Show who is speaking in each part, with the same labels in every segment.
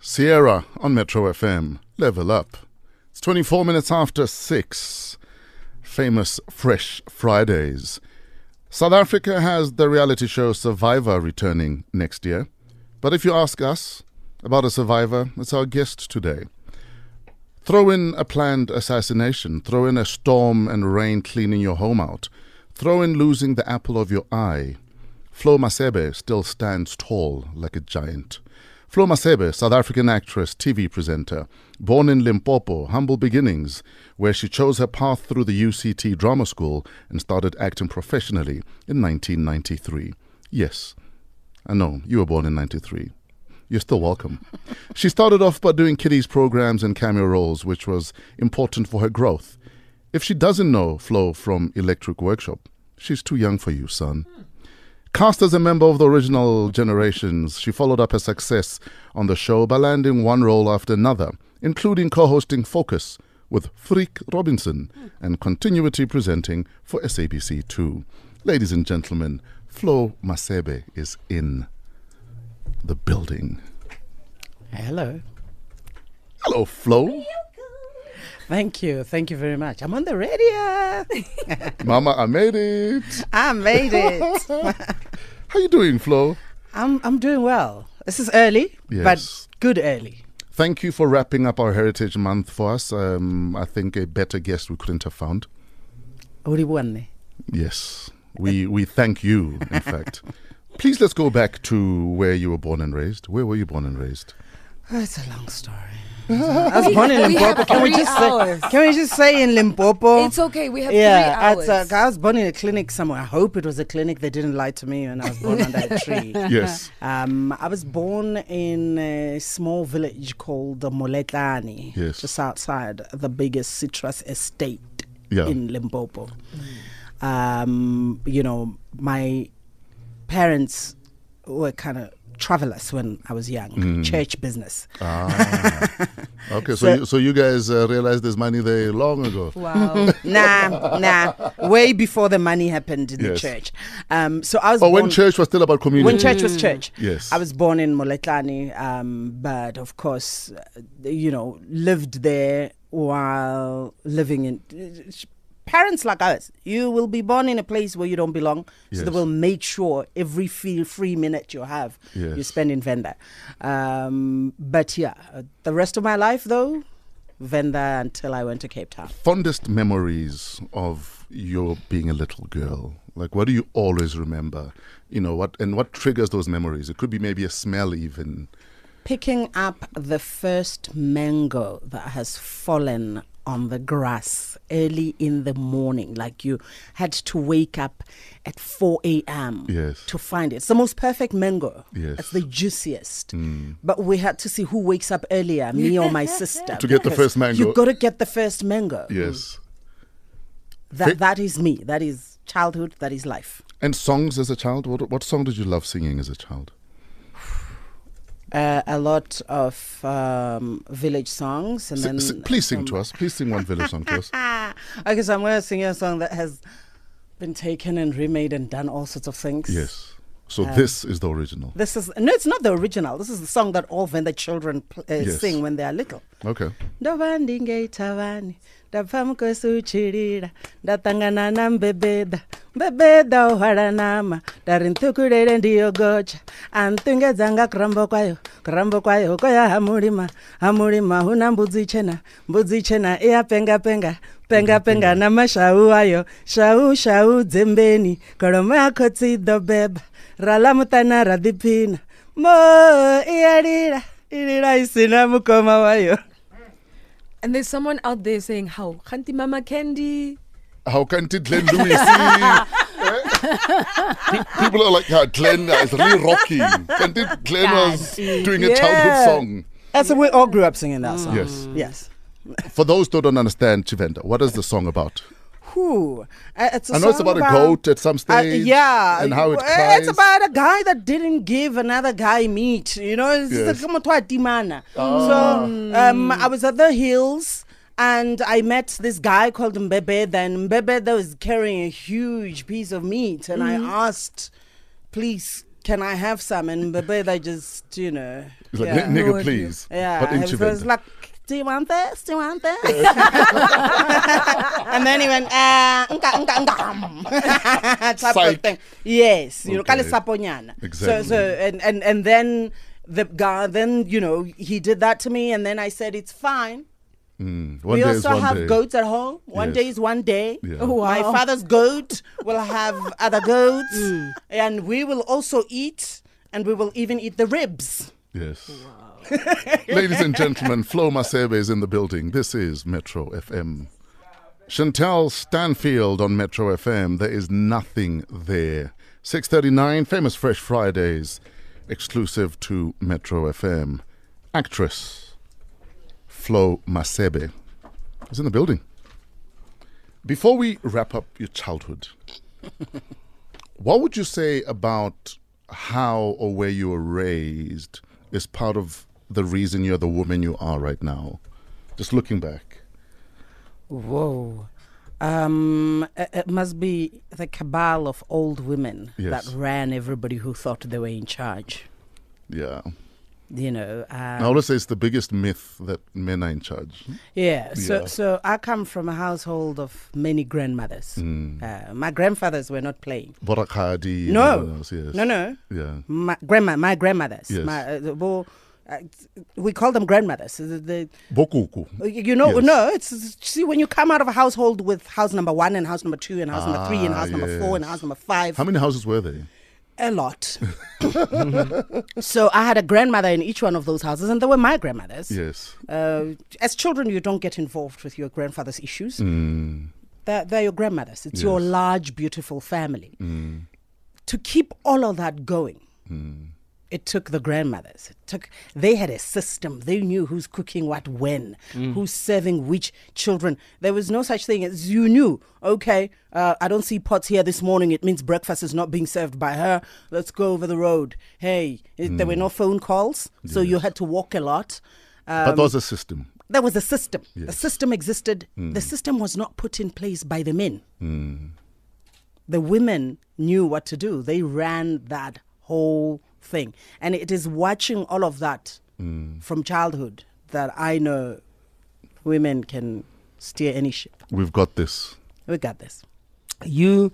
Speaker 1: Sierra on Metro FM. Level up. It's 24 minutes after 6. Famous Fresh Fridays. South Africa has the reality show Survivor returning next year. But if you ask us about a survivor, it's our guest today. Throw in a planned assassination, throw in a storm and rain cleaning your home out, throw in losing the apple of your eye. Flo Masebe still stands tall like a giant. Flo Masebe, South African actress, TV presenter, born in Limpopo, humble beginnings, where she chose her path through the UCT Drama School and started acting professionally in 1993. Yes, I know, you were born in 93. You're still welcome. she started off by doing kiddies programs and cameo roles, which was important for her growth. If she doesn't know Flo from Electric Workshop, she's too young for you, son. Cast as a member of the original generations, she followed up her success on the show by landing one role after another, including co hosting Focus with Freak Robinson and continuity presenting for SABC2. Ladies and gentlemen, Flo Masebe is in the building.
Speaker 2: Hello.
Speaker 1: Hello, Flo.
Speaker 2: Thank you. Thank you very much. I'm on the radio.
Speaker 1: Mama, I made it.
Speaker 2: I made it.
Speaker 1: How you doing, Flo?
Speaker 2: I'm I'm doing well. This is early,
Speaker 1: Yes.
Speaker 2: but good early.
Speaker 1: Thank you for wrapping up our Heritage Month for us. Um, I think a better guest we couldn't have found.
Speaker 2: Uribuane.
Speaker 1: Yes, we we thank you. In fact, please let's go back to where you were born and raised. Where were you born and raised?
Speaker 2: Oh, it's a long story. I was born in
Speaker 3: we have
Speaker 2: Limpopo. Can we
Speaker 3: three
Speaker 2: just say,
Speaker 3: hours.
Speaker 2: can we just say in Limpopo?
Speaker 3: It's okay. We have
Speaker 2: yeah,
Speaker 3: three
Speaker 2: at,
Speaker 3: hours.
Speaker 2: uh, I was born in a clinic somewhere. I hope it was a clinic. They didn't lie to me when I was born under a tree.
Speaker 1: Yes.
Speaker 2: Um, I was born in a small village called the Moletlani,
Speaker 1: Yes.
Speaker 2: just outside the biggest citrus estate
Speaker 1: Yeah.
Speaker 2: in Limpopo. Um, you know, my parents were kind of travelers when I was young,
Speaker 1: Mm.
Speaker 2: church business.
Speaker 1: Ah. Okay, so you, so you guys uh, realized there's money there long ago.
Speaker 3: wow.
Speaker 2: nah, nah, way before the money happened in
Speaker 1: Yes.
Speaker 2: the church. Um, so I was
Speaker 1: Oh,
Speaker 2: born,
Speaker 1: when church was still about community. Mm.
Speaker 2: when church was church.
Speaker 1: Yes.
Speaker 2: I was born in Moletlani, um, but of course, uh, you know, lived there while living in. Parents like us, you will be born in a place where you don't belong, so they
Speaker 1: Yes.
Speaker 2: will make sure every free, free minute you have, you
Speaker 1: Yes.
Speaker 2: spend in Venda. Um, but yeah, uh, the rest of my life though, Venda until I went to Cape Town.
Speaker 1: Fondest memories of your being a little girl. Like, what do you always remember? You know what, and what triggers those memories? It could be maybe a smell, even.
Speaker 2: Picking up the first mango that has fallen on the grass early in the morning, like you had to wake up at 4 a.m.
Speaker 1: Yes.
Speaker 2: to find it. It's the most perfect mango.
Speaker 1: Yes. Mm.
Speaker 2: It's the juiciest. But we had to see who wakes up earlier, me or my sister.
Speaker 1: To get the
Speaker 2: because
Speaker 1: first mango.
Speaker 2: You got to get the first mango.
Speaker 1: Yes.
Speaker 2: That, that is me. That is childhood. That is life.
Speaker 1: And songs as a child. What what song did you love singing as a child?
Speaker 2: Uh, a lot of um, village songs. And
Speaker 1: S-
Speaker 2: then
Speaker 1: s- please sing to us. Please sing one village song to us.
Speaker 2: Ah, okay, so I'm going to sing you a song that has been taken and remade and done all sorts of things.
Speaker 1: Yes. Um, So this is the original.
Speaker 2: This is no, it's not the original. This is the song that all Venda children pl- uh,
Speaker 1: Yes.
Speaker 2: sing when they are little.
Speaker 1: Okay.
Speaker 2: ndova ndingeitavani ndabva mukosi uchirira ndatangana nambebedha mbebedha ohwala nama ndari ntukurere ndiyogocha antungedzanga kuramba kwayo kuramba kwayo ukoya hamulima hamulima huna mbudzi chena mbudzi chena iyapengapenga pengapenga namashau ayo shau shau dzembeni kolomo yakotsi dobeba ralamutana radhiphina mo iyalila ilila isina mukoma wayo
Speaker 3: and there's someone out there saying, "How Khanti Mama Candy."
Speaker 1: How can it Glenn Lewis? eh? Pe- People are like, yeah, Glenn uh, is really rocking. Can it Glenn was doing a childhood
Speaker 2: Yeah.
Speaker 1: song?
Speaker 2: That's we all grew up singing that song.
Speaker 1: Yes.
Speaker 2: Yes.
Speaker 1: For those who don't understand Chivenda, what is the song about?
Speaker 2: Who? Uh, it's a
Speaker 1: I know it's
Speaker 2: song
Speaker 1: about a goat at some
Speaker 2: Uh,
Speaker 1: stage.
Speaker 2: yeah.
Speaker 1: And how it
Speaker 2: Uh,
Speaker 1: cries.
Speaker 2: It's about a guy that didn't give another guy meat. You know, it's
Speaker 1: Yes.
Speaker 2: yes. like dimana. So um, I was at the hills. And I met this guy called Mbebeda, and Mbebeda was carrying a huge piece of meat. And I asked, please, can I have some? And Bebe, they just, you know.
Speaker 1: It's like,
Speaker 2: yeah.
Speaker 1: "N- nigga,
Speaker 3: Lord,
Speaker 1: please.
Speaker 2: yeah.
Speaker 1: But in
Speaker 2: and so it's
Speaker 1: Chivenda.
Speaker 2: like, do you want this? Do you want this? and then he went, uh, nka, nka, nka, type
Speaker 1: Psych.
Speaker 2: of thing. Yes, you know,
Speaker 1: Okay.
Speaker 2: kale saponyana. So,
Speaker 1: Exactly.
Speaker 2: so and, and, and then the guy, then, you know, he did that to me. And then I said, it's fine.
Speaker 1: Mm. One
Speaker 2: we
Speaker 1: day is
Speaker 2: also
Speaker 1: one
Speaker 2: have
Speaker 1: day.
Speaker 2: goats at home. One
Speaker 1: Yes.
Speaker 2: day is one day.
Speaker 1: Yeah.
Speaker 3: Oh,
Speaker 2: My
Speaker 3: wow. Hmm.
Speaker 2: father's goat will have other goats, and we will also eat, and we will even eat the ribs.
Speaker 1: Yes. Ladies and gentlemen, Flo Masebe is in the building. This is Metro FM. Chantal Stanfield on Metro FM. There is nothing there. 6:39 Famous Fresh Fridays exclusive to Metro FM. Actress Flo Masebe is in the building. Before we wrap up your childhood, what would you say about how or where you were raised is part of the reason you're the woman you are right now? Just looking back.
Speaker 2: Whoa. Um, it, it must be the cabal of old women
Speaker 1: Yes.
Speaker 2: that ran everybody who thought they were in charge.
Speaker 1: Yeah.
Speaker 2: You know,
Speaker 1: I
Speaker 2: uh,
Speaker 1: always say it's the biggest myth that men are in charge.
Speaker 2: yeah. So,
Speaker 1: Yeah.
Speaker 2: so I come from a household of many grandmothers.
Speaker 1: Mm.
Speaker 2: Uh, my grandfathers were not playing.
Speaker 1: Borakhadi. and
Speaker 2: No.
Speaker 1: everyone else, yes.
Speaker 2: No, no,
Speaker 1: Yeah.
Speaker 2: my grandma, my grandmothers.
Speaker 1: Yes.
Speaker 2: My, uh, the- well, uh, we call them grandmothers. The- the- uh,
Speaker 1: Bokuku.
Speaker 2: you know,
Speaker 1: Yes.
Speaker 2: no, it's, it's- see when you come out of a household with house number one and house number two and house number three and
Speaker 1: Ah,
Speaker 2: house number four and
Speaker 1: yes.
Speaker 2: house number five,
Speaker 1: How many houses were there?
Speaker 2: a lot. so I had a grandmother in each one of those houses, and they were my grandmothers.
Speaker 1: Yes.
Speaker 2: Uh, as children, you don't get involved with your grandfather's issues.
Speaker 1: Mm.
Speaker 2: They're, they're your grandmothers. It's your
Speaker 1: Yes. Mm.
Speaker 2: large, beautiful family. To keep all of that going, it took the grandmothers. It took they had a system. They knew who's cooking what when, who's serving which children. There was no such thing as you knew. Okay, uh, I don't see pots here this morning. It means breakfast is not being served by her. Let's go over the road. Hey, it- there were
Speaker 1: Mm.
Speaker 2: no phone calls, so you had to walk a lot.
Speaker 1: but
Speaker 2: Um,
Speaker 1: there was a system.
Speaker 2: There was a system. The
Speaker 1: Yes.
Speaker 2: system existed. The system was not put in place by the men. The women knew what to do. They ran that whole thing. And it is watching all of that from childhood that I know women can steer any ship.
Speaker 1: We've got this.
Speaker 2: We got this.
Speaker 4: you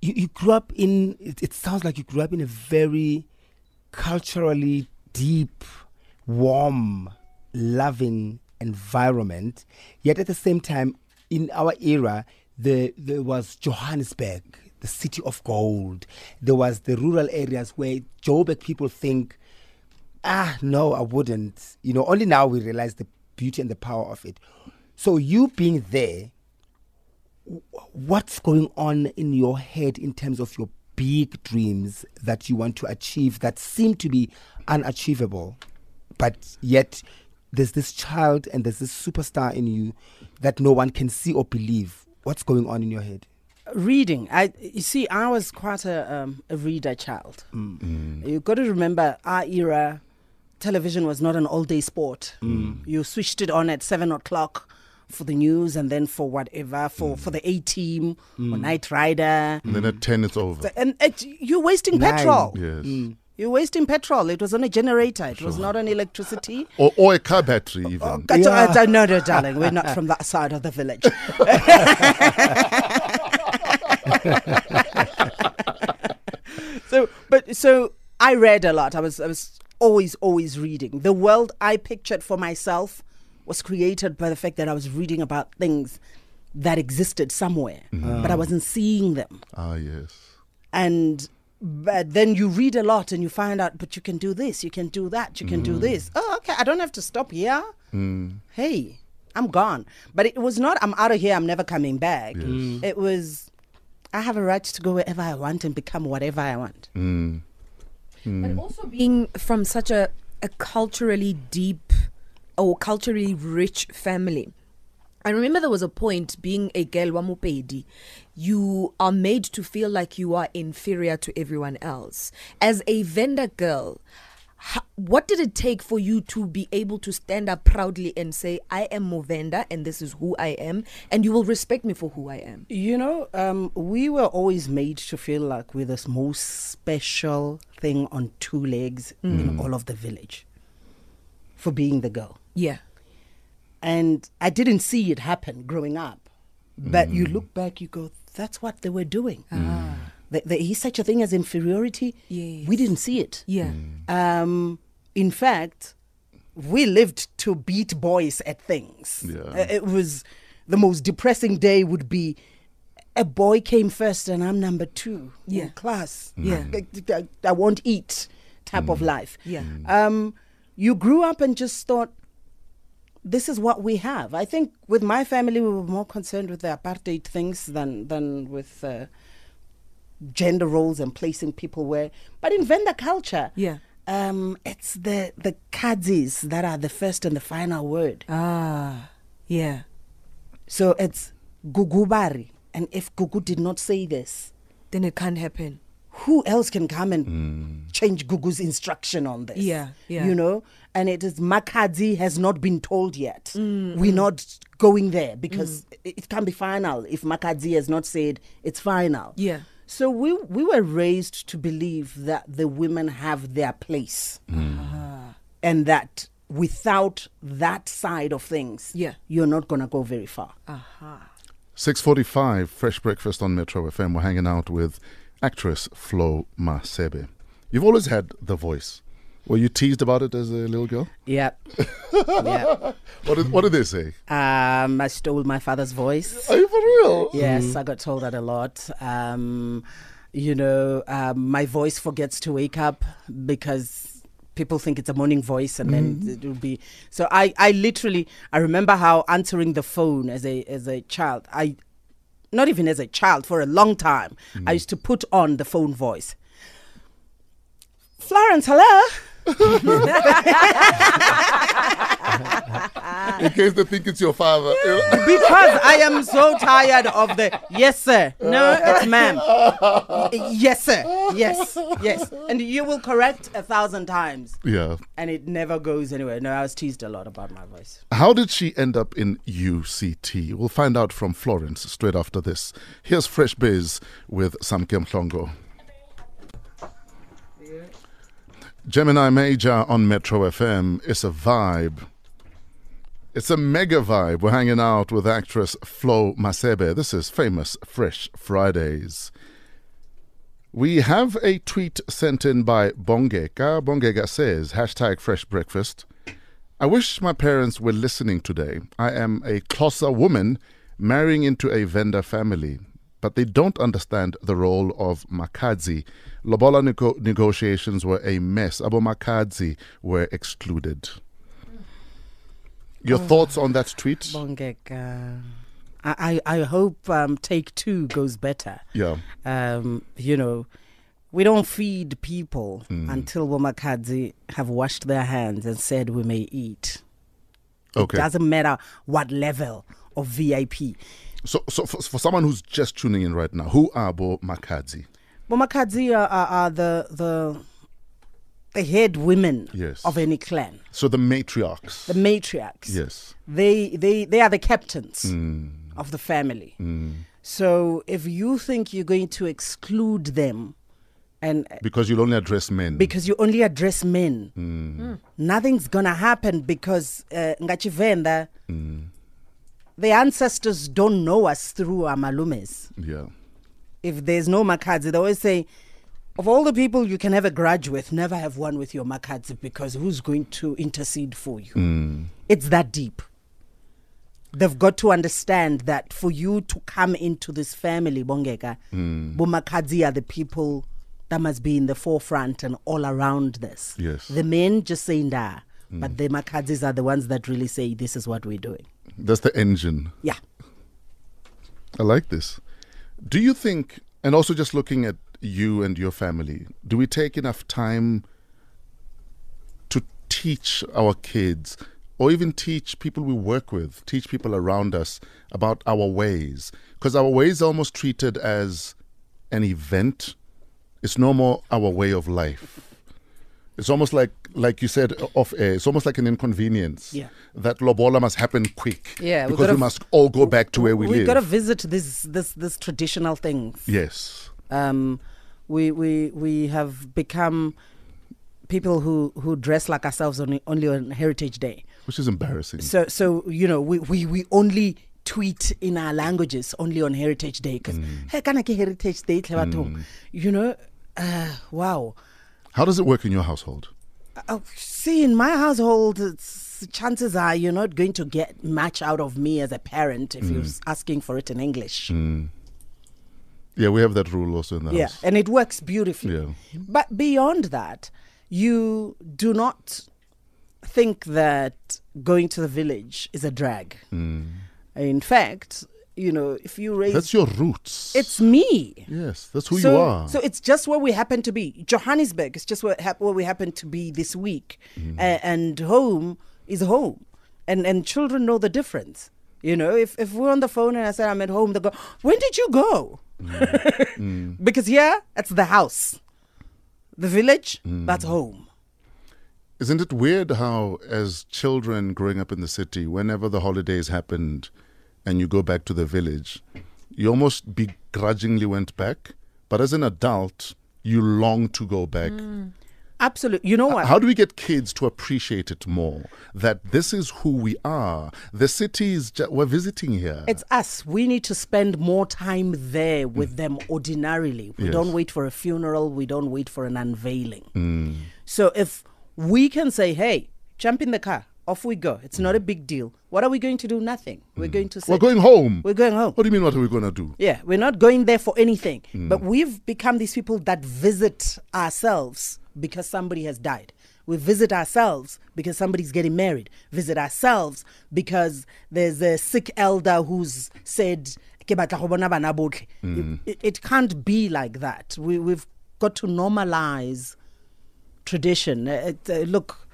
Speaker 4: you, you grew up in it, it sounds like you grew up in a very culturally deep warm loving environment yet at the same time in our era the, there was johannesburg the city of gold there was the rural areas where joburg people think ah no i wouldn't you know only now we realize the beauty and the power of it so you being there what's going on in your head in terms of your big dreams that you want to achieve that seem to be unachievable but yet there's this child and there's this superstar in you that no one can see or believe what's going on in your head
Speaker 2: reading i you see i was quite a, um, a reader child you got to remember our era television was not an all day sport you switched it on at seven o'clock for the news and then for whatever for for the a team or night rider
Speaker 1: And then at 10, it's over.
Speaker 2: So- and it, you're wasting
Speaker 4: Nine.
Speaker 2: petrol Mm.
Speaker 1: yes.
Speaker 2: you're wasting petrol it was on a generator it was not on electricity
Speaker 1: Or, or a car battery, even.
Speaker 2: Got to-
Speaker 4: Yeah.
Speaker 2: uh, no, no, darling, we're not from that side of the village. so, but so I read a lot. I was, I was always, always reading. The world I pictured for myself was created by the fact that I was reading about things that existed somewhere, but I wasn't seeing them
Speaker 1: Ah, yes.
Speaker 2: and but then you read a lot and you find out but you can do this you can do that you can do this oh okay i don't have to stop here hey i'm gone but it was not i'm out of here i'm never coming back it was i have a right to go wherever i want and become whatever i want
Speaker 3: And also being from such a, a culturally deep or culturally rich family. I remember there was a point being a girl wamupedi, you are made to feel like you are inferior to everyone else. As a vendor girl, ho- what did it take for you to be able to stand up proudly and say, I am Movenda and this is who I am, and you will respect me for who I am?
Speaker 2: You know, um, we were always made to feel like we're this most special thing on two legs in all of the village for being the girl.
Speaker 3: Yeah.
Speaker 2: And I didn't see it happen growing up. But you look back, you go, that's what they were doing.
Speaker 3: Ah.
Speaker 2: There, there is such a thing as inferiority.
Speaker 3: Yes.
Speaker 2: We didn't see it.
Speaker 3: Yeah.
Speaker 2: Um, in fact, we lived to beat boys at things.
Speaker 1: Yeah.
Speaker 2: Uh, It was the most depressing day would be a boy came first and I'm number two
Speaker 3: Yeah.
Speaker 2: in class.
Speaker 3: Yeah.
Speaker 2: I, I- I won't eat type of life.
Speaker 3: Yeah.
Speaker 2: Um, you grew up and just thought, this is what we have. I think with my family, we were more concerned with the apartheid things than than with uh, gender roles and placing people where. But in vendor culture,
Speaker 3: Yeah.
Speaker 2: um, it's the the kadzis that are the first and the final word.
Speaker 3: Ah. Yeah.
Speaker 2: So it's gugubari, and if gugu did not say this,
Speaker 3: Then it can't happen.
Speaker 2: who else can come and change Gugu's instruction on this?
Speaker 3: Yeah, yeah.
Speaker 2: You know, and it is Makadzi has not been told yet. We're not going there because it, it can be final if Makadzi has not said it's final.
Speaker 3: Yeah.
Speaker 2: So we we were raised to believe that the women have their place,
Speaker 3: Mm.
Speaker 2: and that without that side of things,
Speaker 3: Yeah.
Speaker 2: you're not gonna go very far.
Speaker 3: Aha.
Speaker 1: 6.45, Fresh Breakfast on Metro FM. We're hanging out with actress Flo Masebe. You've always had the voice. Were you teased about it as a little girl?
Speaker 2: Yep. yeah.
Speaker 1: What did, what did they say?
Speaker 2: Um, I stole my father's voice.
Speaker 1: Are you for real?
Speaker 2: Yes, I got told that a lot. Um, you know, um, my voice forgets to wake up because people think it's a morning voice, and then it will be. So I, I literally, I remember how answering the phone as a as a child, I, not even as a child, for a long time, I used to put on the phone voice. Florence, hello.
Speaker 1: In case they think it's your father.
Speaker 2: because I am so tired of the yes sir, no it's ma'am, Y- yes sir, yes, yes, and you will correct a thousand times,
Speaker 1: yeah.
Speaker 2: and it never goes anywhere. No, I was teased a lot about my voice.
Speaker 1: How did she end up in UCT? We'll find out from Florence straight after this. Here's Fresh Biz with Samkem Hlongo. Gemini Major on Metro FM. It's a vibe. It's a mega vibe. We're hanging out with actress Flo Masebe. This is famous Fresh Fridays. We have a tweet sent in by Bongeka. Bongeka says, hashtag fresh breakfast. I wish my parents were listening today. I am a Xhosa woman marrying into a vendor family, but they don't understand the role of Makadzi. Lobola nego- negotiations were a mess. Abo Makadzi were excluded. Your thoughts on that tweet?
Speaker 2: Bongeka, I I, I hope um, take two goes better.
Speaker 1: Yeah.
Speaker 2: Um, you know, we don't feed people until Womakadzi have washed their hands and said we may eat.
Speaker 1: Okay.
Speaker 2: Doesn't matter what level of VIP.
Speaker 1: So, so for, for someone who's just tuning in right now, who are Abo Makadzi?
Speaker 2: Bomakadzi are, are, are the the the head women
Speaker 1: Yes.
Speaker 2: of any clan,
Speaker 1: So the matriarchs.
Speaker 2: the matriarchs.
Speaker 1: yes.
Speaker 2: They they they are the captains of the family. So if you think you're going to exclude them, and
Speaker 1: Because you'll only address men.
Speaker 2: because you only address men, nothing's gonna happen because uh, ngachivenda. The ancestors don't know us through our malumes.
Speaker 1: yeah.
Speaker 2: if there's no makadzi, they always say, of all the people you can have a grudge with, never have one with your makadzi because who's going to intercede for you?
Speaker 1: Hmm.
Speaker 2: It's that deep. They've got to understand that for you to come into this family, Bongeka,
Speaker 1: Hmm.
Speaker 2: Bumakadzi are the people that must be in the forefront and all around this.
Speaker 1: Yes. Hmm.
Speaker 2: The men just saying that, but the makadzis are the ones that really say, this is what we're doing.
Speaker 1: That's the engine.
Speaker 2: Yeah.
Speaker 1: I like this. Do you think, and also just looking at you and your family, do we take enough time to teach our kids or even teach people we work with, teach people around us about our ways? Because our ways are almost treated as an event, it's no more our way of life. It's almost like, like you said off air, it's almost like an inconvenience
Speaker 2: Yeah.
Speaker 1: that lobola must happen quick.
Speaker 2: Yeah, we
Speaker 1: because we,
Speaker 2: gotta-
Speaker 1: must all go back to where we,
Speaker 2: we
Speaker 1: live.
Speaker 2: got to visit this this this traditional things.
Speaker 1: yes.
Speaker 2: Um, we we we have become people who who dress like ourselves on, only on Heritage Day.
Speaker 1: Which is embarrassing.
Speaker 2: So so you know we we, we only tweet in our languages only on Heritage Day because hey kana ke Heritage Day tle bathong. You know, uh, wow.
Speaker 1: How does it work in your household?
Speaker 2: Oh, see, in my household, it's, chances are you're not going to get much out of me as a parent if you're s- asking for it in English.
Speaker 1: Yeah, we have that rule also in the
Speaker 2: Yeah,
Speaker 1: house.
Speaker 2: and it works beautifully.
Speaker 1: Yeah.
Speaker 2: But beyond that, you do not think that going to the village is a drag. In fact, you know, if you raise
Speaker 1: Mm. That's your roots.
Speaker 2: it's me.
Speaker 1: yes, that's who
Speaker 2: so,
Speaker 1: you are.
Speaker 2: So it's just where we happen to be. Johannesburg is just where, hap- where we happen to be this week.
Speaker 1: Mm-hmm.
Speaker 2: A- and home is home. And, and children know the difference. You know, if, if we're on the phone and I said I'm at home, they go, when did you go?
Speaker 1: Mm.
Speaker 2: because here, that's the house. The village,
Speaker 1: Mm.
Speaker 2: that's home.
Speaker 1: Isn't it weird how, as children growing up in the city, whenever the holidays happened and you go back to the village, you almost begrudgingly went back. But as an adult, you long to go back.
Speaker 2: Mm. Absolutely. You know what?
Speaker 1: How do we get kids to appreciate it more? That this is who we are. The city is ju- we're visiting here.
Speaker 2: It's us. We need to spend more time there with them ordinarily. We
Speaker 1: Mm. Yes.
Speaker 2: don't wait for a funeral. We don't wait for an unveiling.
Speaker 1: Mm.
Speaker 2: So if we can say, hey, jump in the car, off we go. It's not a big deal. What are we going to do? Nothing. We're going to say,
Speaker 1: Mm. we're going home.
Speaker 2: we're going home.
Speaker 1: What do you mean? What are we gonna do?
Speaker 2: Yeah, we're not going there for anything. But we've become these people that visit ourselves because somebody has died. We visit ourselves because somebody's getting married. Visit ourselves because there's a sick elder who's said, "Ke batla go bona bana botlhe." it, it can't be like that. We, we've got to normalize tradition. Uh, it, uh, look,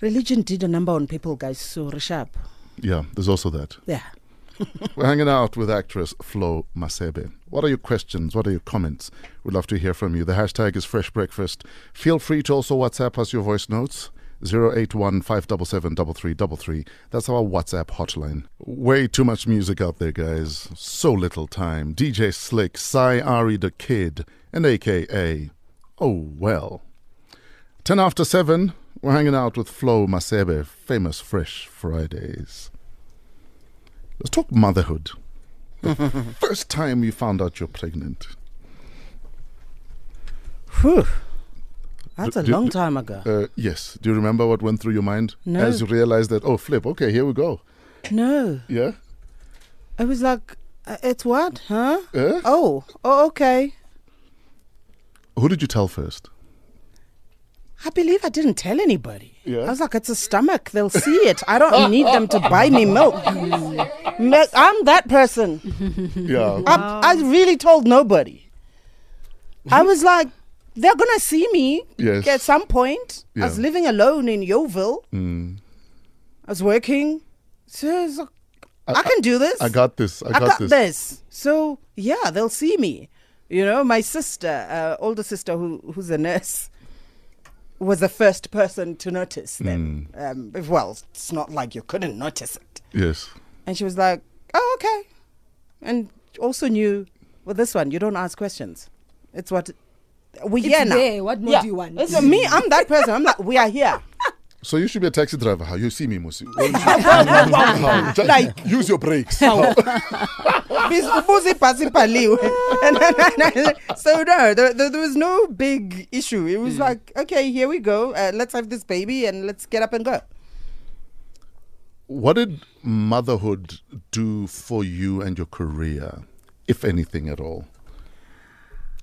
Speaker 2: religion did a number on people, guys, so Rishab.
Speaker 1: Yeah, there's also that.
Speaker 2: Yeah.
Speaker 1: We're hanging out with actress Flo Masebe. What are your questions? What are your comments? We'd love to hear from you. The hashtag is Fresh Breakfast. Feel free to also WhatsApp us your voice notes. 081-577-3333. That's our WhatsApp hotline. Way too much music out there, guys. So little time. DJ Slick, Cy Ari the Kid, and AKA Oh Well. 10 after 7, we're hanging out with Flo Masebe, famous Fresh Fridays. Let's talk motherhood. The first time you found out you're pregnant.
Speaker 2: Whew. That's a
Speaker 1: Do-
Speaker 2: long
Speaker 1: do-
Speaker 2: time ago.
Speaker 1: Uh, yes. Do you remember what went through your mind
Speaker 2: No.
Speaker 1: as you realized that? Oh, flip. Okay, here we go.
Speaker 2: No.
Speaker 1: Yeah.
Speaker 2: I was like, uh, it's what, huh?
Speaker 1: Eh?
Speaker 2: Oh, oh, okay.
Speaker 1: Who did you tell first?
Speaker 2: I believe I didn't tell anybody.
Speaker 1: Yeah.
Speaker 2: I was like, it's a stomach. They'll see it. I don't need them to buy me milk. Milk- I'm that person.
Speaker 1: Yeah.
Speaker 2: I, I really told nobody. I was like, they're going to see me
Speaker 1: Yes.
Speaker 2: at some point. I was
Speaker 1: Yeah.
Speaker 2: living alone in Yeovil.
Speaker 1: Mm.
Speaker 2: I was working. So I, was like, I, can do this.
Speaker 1: I got this. I,
Speaker 2: I got this. So yeah, they'll see me. You know, my sister, uh, older sister who who's a nurse, was the first person to notice them.
Speaker 1: Hmm.
Speaker 2: Um, well, it's not like you couldn't notice it.
Speaker 1: Yes.
Speaker 2: And she was like, "Oh, okay," and also knew with this one, you don't ask questions. It's what we
Speaker 3: It's
Speaker 2: here now.
Speaker 3: there. What more do you want?
Speaker 2: It's me. I'm that person. I'm like, we are here.
Speaker 1: So you should be a taxi driver. How you see me, Musi?
Speaker 2: Like-
Speaker 1: use your brakes.
Speaker 2: Bis- ubuze ibhasi ibhaliwe. And then- so no there, there, there was no big issue it was like okay here we go uh, let's have this baby and let's get up and go
Speaker 1: What did motherhood do for you and your career, if anything at all?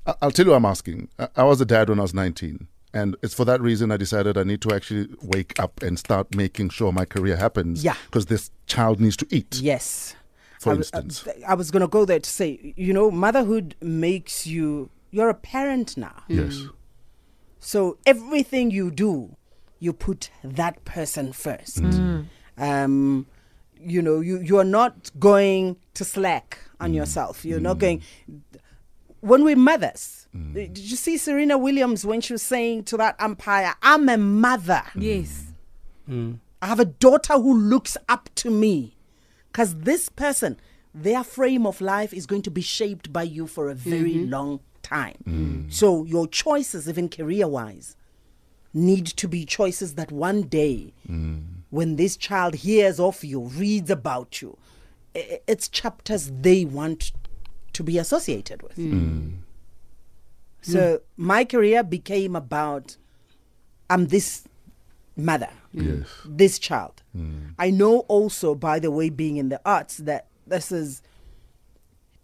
Speaker 1: I- I'll tell you, why I'm asking. I- I was a dad when I was 19, and it's for that reason I decided I need to actually wake up and start making sure my career happens.
Speaker 2: Yeah.
Speaker 1: because this child needs to eat.
Speaker 2: yes
Speaker 1: For
Speaker 2: I w- uh,
Speaker 1: instance,
Speaker 2: th- I was going to go there to say you know motherhood makes you you're a parent now
Speaker 1: yes,
Speaker 2: So everything you do, you put that person first. Um, you know, you you are not going to slack on yourself. You're not going. when we're mothers, did you see Serena Williams when she was saying to that umpire, I'm a mother.
Speaker 3: Yes.
Speaker 2: I have a daughter who looks up to me. Because this person, their frame of life is going to be shaped by you for a very long time. So your choices, even career wise, need to be choices that one day, when this child hears of you, reads about you, i- i- it's chapters they want to be associated with. So my career became about I'm this mother
Speaker 1: Yes.
Speaker 2: this child. I know also, by the way, being in the arts, that this is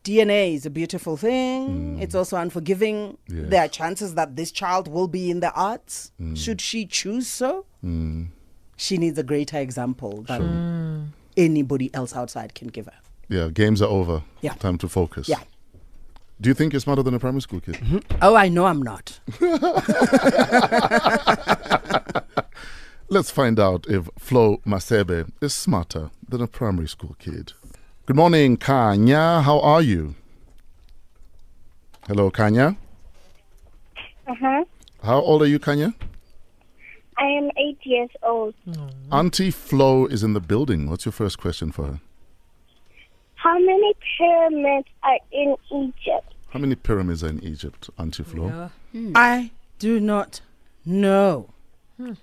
Speaker 2: DNA is a beautiful thing. It's also unforgiving.
Speaker 1: Mm. Yes. Mm.
Speaker 2: There are chances that this child will be in the arts should she choose so. She needs a greater example than anybody else outside can give her.
Speaker 1: Yeah, games are over.
Speaker 2: Yeah.
Speaker 1: Time to focus.
Speaker 2: Yeah.
Speaker 1: Do you think you're smarter than a primary school kid?
Speaker 2: Oh, I know I'm not.
Speaker 1: Let's find out if Flo Masebe is smarter than a primary school kid. Good morning, Kanya. How are you? Hello, Kanya.
Speaker 5: Uh-huh.
Speaker 1: How old are you, Kanya?
Speaker 5: I am eight years old.
Speaker 1: Auntie Flo is in the building. What's your first question for her?
Speaker 5: How many pyramids are in Egypt?
Speaker 1: How many pyramids are in Egypt, Auntie Flo?
Speaker 3: Yeah.
Speaker 1: Mm.
Speaker 2: I do not know.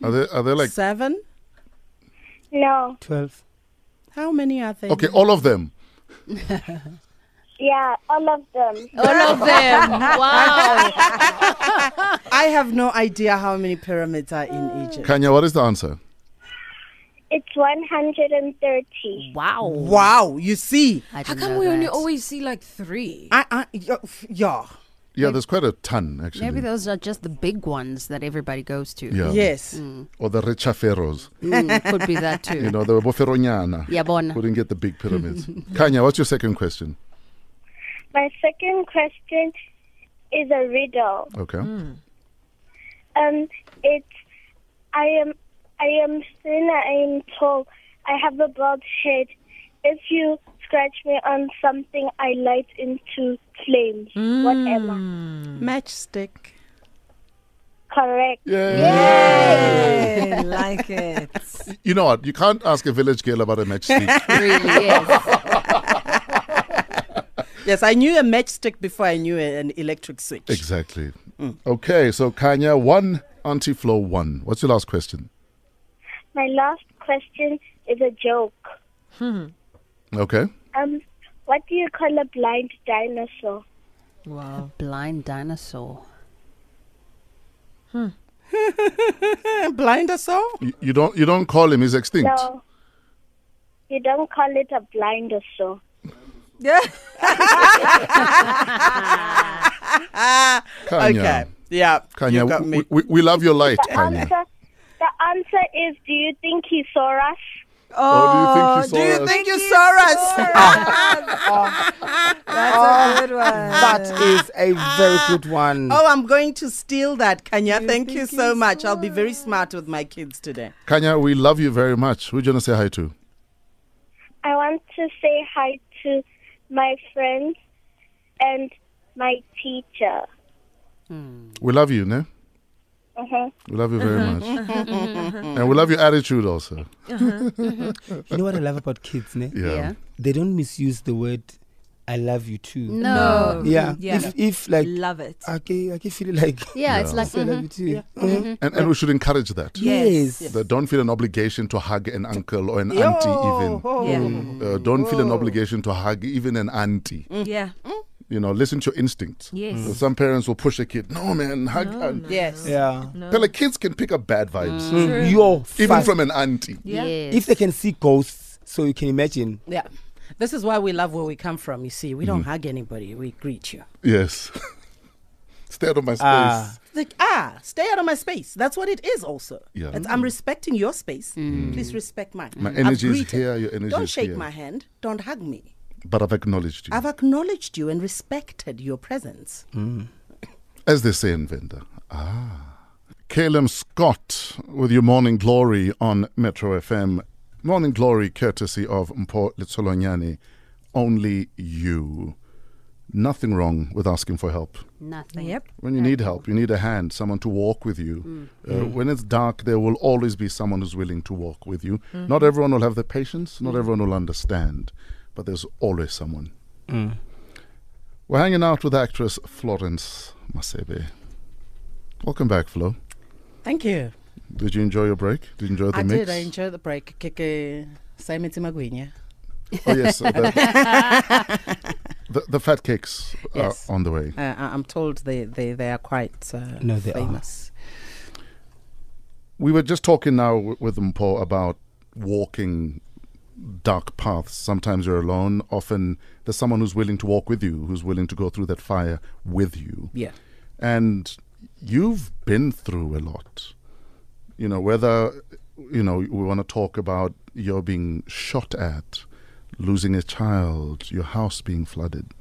Speaker 1: Are there are there like
Speaker 2: Seven?
Speaker 5: No.
Speaker 4: 12.
Speaker 2: How many are there?
Speaker 1: okay, all of them?
Speaker 5: Yeah, all of them.
Speaker 3: All of them. Wow.
Speaker 2: I have no idea how many pyramids are in Egypt.
Speaker 1: Kanya, what is the answer?
Speaker 5: It's 130.
Speaker 6: Wow.
Speaker 2: Wow, you see.
Speaker 6: I
Speaker 3: How
Speaker 6: didn't
Speaker 3: come
Speaker 6: know
Speaker 3: we only
Speaker 6: that.
Speaker 3: always see like three?
Speaker 2: I, I, yeah, f- yeah.
Speaker 1: Yeah, there's quite a ton actually.
Speaker 6: Maybe those are just the big ones that everybody goes to.
Speaker 1: yeah.
Speaker 2: Yes.
Speaker 1: Or the Rechaferos.
Speaker 6: Mm, could be that too.
Speaker 1: You know, the Boferonyana.
Speaker 6: Yeah, bona.
Speaker 1: Who didn't get the big pyramids. Kanya, what's your second question?
Speaker 5: My second question is a riddle.
Speaker 1: Okay.
Speaker 6: Hmm.
Speaker 5: Um, it's I am I am thin. I am tall. I have a bald head. If you scratch me on something, I light into flames. What
Speaker 3: Hmm.
Speaker 5: am
Speaker 2: Matchstick.
Speaker 5: I? Correct.
Speaker 3: I like it.
Speaker 1: You know what? You can't ask a village girl about a matchstick.
Speaker 6: really, yes.
Speaker 2: Yes, I knew a matchstick before I knew a- an electric switch.
Speaker 1: exactly. Okay, so Kanya, one, Auntie Flo, one. What's your last question?
Speaker 5: My last question is a joke.
Speaker 1: Okay.
Speaker 5: Um, what do you call a blind dinosaur?
Speaker 3: Wow.
Speaker 6: Blind dinosaur.
Speaker 2: Eh, Blind us all?
Speaker 1: You, you don't you don't call him, he's extinct.
Speaker 5: No. You don't call it a blindosaur.
Speaker 2: Yeah.
Speaker 1: Kanya.
Speaker 2: Okay. Yeah.
Speaker 1: Kanya,
Speaker 2: you got me.
Speaker 1: we, we, we love your light,
Speaker 5: The
Speaker 1: Kanya.
Speaker 5: answer, the answer is do you think he saw us?
Speaker 1: Oh, do you think you saw us?
Speaker 2: you saw us?
Speaker 3: That's a good one.
Speaker 4: That is a very good one.
Speaker 2: oh, I'm going to steal that, Kanya. Thank you so much. I'll be very smart with my kids today.
Speaker 1: Kanya, we love you very much. Who do you want to say hi to?
Speaker 5: I want to say hi to my friends and my teacher.
Speaker 1: We love you, ne?
Speaker 5: Mhm.
Speaker 1: We love you very much. and we love your attitude also.
Speaker 4: You know what I love about kids, ne?
Speaker 1: Yeah.
Speaker 6: Yeah.
Speaker 4: They don't misuse the word I love you too.
Speaker 6: No.
Speaker 4: Yeah.
Speaker 3: Yeah.
Speaker 4: If, if like,
Speaker 3: Love it.
Speaker 4: okay, I can feel like,
Speaker 6: Yeah, it's like, mm-hmm.
Speaker 4: I love you too. Mhm.
Speaker 1: And, and we should encourage that.
Speaker 4: Yes.
Speaker 1: That don't feel an obligation to hug an uncle or an
Speaker 2: Yo,
Speaker 1: auntie,
Speaker 2: ho.
Speaker 3: Yeah.
Speaker 1: even. Uh, don't feel an obligation to hug even an auntie.
Speaker 3: Yeah.
Speaker 1: You know, listen to your instincts.
Speaker 6: Yes.
Speaker 2: Mm.
Speaker 1: So Some parents will push a kid. No, man, hug. aunt."
Speaker 2: Yes.
Speaker 4: Yeah.
Speaker 1: Pella, kids can pick up bad vibes,
Speaker 4: Yo,
Speaker 1: even
Speaker 4: fast.
Speaker 1: from an auntie.
Speaker 3: Yeah.
Speaker 6: Yes.
Speaker 4: if they can see ghosts, so you can imagine.
Speaker 2: Yeah. This is why we love where we come from, you see. We
Speaker 1: Mm.
Speaker 2: don't hug anybody, we greet you.
Speaker 1: Yes. Stay out of my space.
Speaker 4: Ah.
Speaker 2: Like, ah, stay out of my space. That's what it is also.
Speaker 1: Yeah.
Speaker 2: It's, I'm respecting your space. Please respect mine.
Speaker 1: My
Speaker 2: I've
Speaker 1: energy is
Speaker 2: greeted.
Speaker 1: here, your energy
Speaker 2: Don't
Speaker 1: is
Speaker 2: shake
Speaker 1: here.
Speaker 2: my hand. Don't hug me.
Speaker 1: But I've acknowledged you.
Speaker 2: I've acknowledged you and respected your presence.
Speaker 1: As they say in Venda. Ah. Caleb Scott with your Morning Glory on Metro FM. Morning Glory courtesy of Mpo Litsolonyani. Only you. Nothing wrong with asking for help.
Speaker 6: Nothing.
Speaker 3: Yep.
Speaker 1: When you need help, you need a hand, someone to walk with you.
Speaker 2: Mm.
Speaker 1: Uh, When it's dark, there will always be someone who's willing to walk with you.
Speaker 2: Mm-hmm.
Speaker 1: Not everyone will have the patience,
Speaker 2: Mm.
Speaker 1: not everyone will understand, but there's always someone. We're hanging out with actress Florence Masebe. Welcome back, Flo.
Speaker 2: Thank you.
Speaker 1: Did you enjoy your break? Did you enjoy the
Speaker 2: I
Speaker 1: mix?
Speaker 2: did. I enjoyed the break. Kike Simon Timagwinya.
Speaker 1: Oh yes, uh, the, the, the fat cakes are
Speaker 2: Yes.
Speaker 1: on the way.
Speaker 2: Uh, I- I'm told they, they, they are quite uh,
Speaker 4: No, they are.
Speaker 2: famous.
Speaker 1: We were just talking now w- with Mpo about walking dark paths. Sometimes you're alone. Often there's someone who's willing to walk with you, who's willing to go through that fire with you.
Speaker 2: Yeah.
Speaker 1: And you've been through a lot. You know, whether, you know, we want to talk about your being shot at, losing a child, your house being flooded.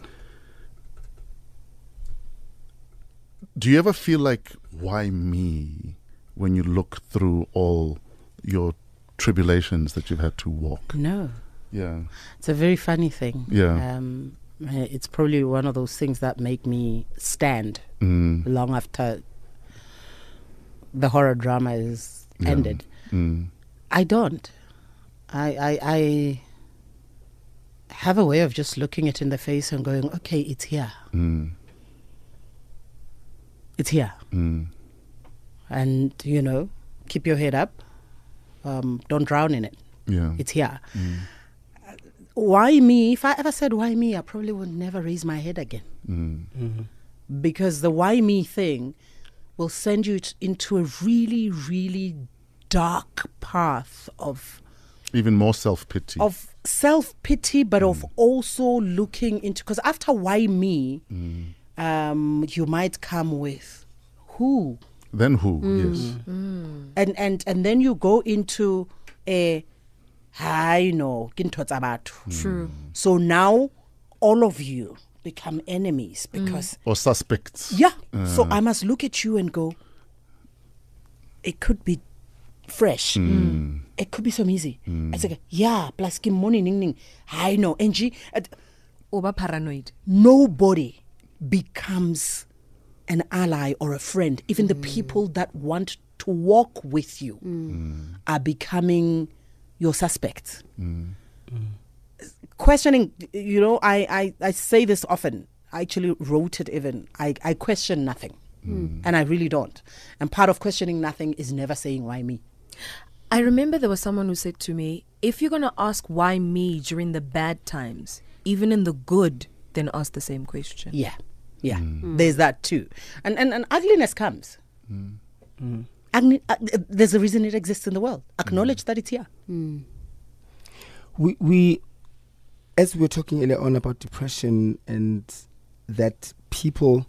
Speaker 1: Do you ever feel like, why me, when you look through all your tribulations that you've had to walk?
Speaker 2: No.
Speaker 1: Yeah.
Speaker 2: It's a very funny thing.
Speaker 1: Yeah.
Speaker 2: Um, uh, it's probably one of those things that make me stand
Speaker 1: Mm.
Speaker 2: long after the horror drama is
Speaker 1: Yeah.
Speaker 2: ended.
Speaker 1: Mm.
Speaker 2: I don't. I, I I have a way of just looking it in the face and going, okay, it's here.
Speaker 1: Mm.
Speaker 2: It's here.
Speaker 1: Mm.
Speaker 2: And you know, keep your head up. Um, don't drown in it.
Speaker 1: Yeah.
Speaker 2: It's here. Why me? If I ever said why me, I probably would never raise my head again.
Speaker 1: Mm.
Speaker 2: because the why me thing will send you t- into a really really dark path of
Speaker 1: Even more self pity.
Speaker 2: of self pity but of also looking into because after why me um you might come with who
Speaker 1: Then who?
Speaker 2: Mm.
Speaker 1: Yes.
Speaker 2: and and and then you go into a I know about
Speaker 3: True.
Speaker 2: so now all of you become enemies because
Speaker 1: Or suspects.
Speaker 2: Yeah. so I must look at you and go, it could be fresh. It could be some easy. It's like, yeah, plus good morning, ning, ning. I know. And she, at-
Speaker 3: Over paranoid.
Speaker 2: nobody becomes an ally or a friend. Even the people that want to walk with you are becoming your suspects. Questioning, you know, I, I, I say this often. I actually wrote it even. I, I question nothing. And I really don't. And part of questioning nothing is never saying, why me?
Speaker 3: I remember there was someone who said to me, if you're going to ask why me during the bad times, even in the good, then ask the same question.
Speaker 2: Yeah, yeah. There's that too, and and, and ugliness comes. Agni- uh, uh, there's a reason it exists in the world. Acknowledge that it's here.
Speaker 4: we we as we were talking earlier on about depression and that people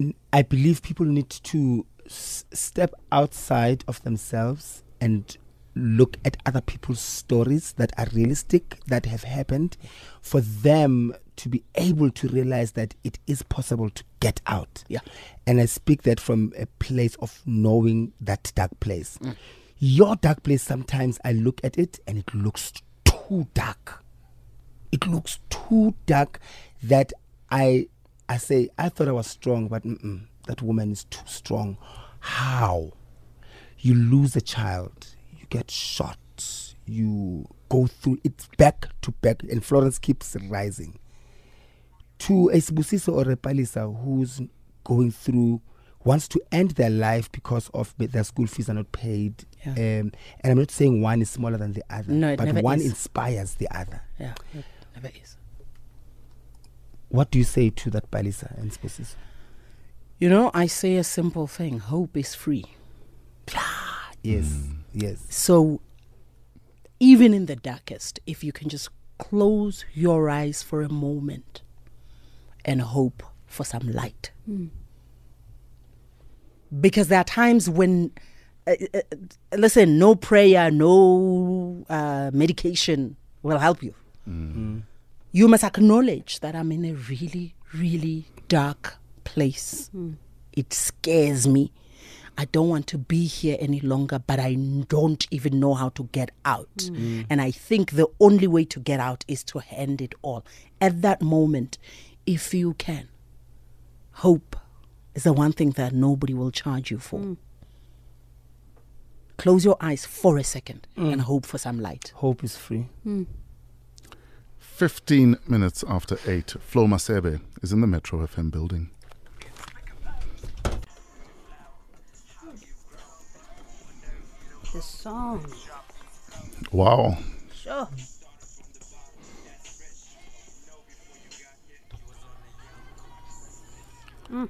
Speaker 4: n- i believe people need to s- step outside of themselves and look at other people's stories that are realistic that have happened for them to be able to realize that it is possible to get out
Speaker 2: Yeah.
Speaker 4: and i speak that from a place of knowing that dark place your dark place sometimes i look at it and it looks too dark it looks too dark that I I say I thought I was strong, but mm-mm, that woman is too strong. How? You lose a child, you get shot, you go through it's back to back, and Florence keeps rising. To a Sibusiso or a Palisa who's going through wants to end their life because of the- their school fees are not paid.
Speaker 2: Yeah.
Speaker 4: Um, and I'm not saying one is smaller than the other,
Speaker 2: No, it
Speaker 4: but
Speaker 2: never
Speaker 4: one
Speaker 2: is.
Speaker 4: inspires the other
Speaker 2: Yeah, it never is.
Speaker 4: what do you say to that Palisa and Sposiso?
Speaker 2: You know, I say a simple thing: hope is free.
Speaker 4: Yes, yes.
Speaker 2: So, even in the darkest, if you can just close your eyes for a moment and hope for some light. Because there are times when, uh, uh, uh, listen, no prayer, no uh, medication will help you. You must acknowledge that I'm in a really, really dark place. It scares me. I don't want to be here any longer, but I n- don't even know how to get out. And I think the only way to get out is to end it all. At that moment, if you can. Hope is the one thing that nobody will charge you for. Close your eyes for a second and hope for some light.
Speaker 4: Hope is free.
Speaker 1: 15 minutes after 8, Flo Masebe is in the Metro FM building.
Speaker 6: The song.
Speaker 1: Wow.
Speaker 6: Sure. Mm.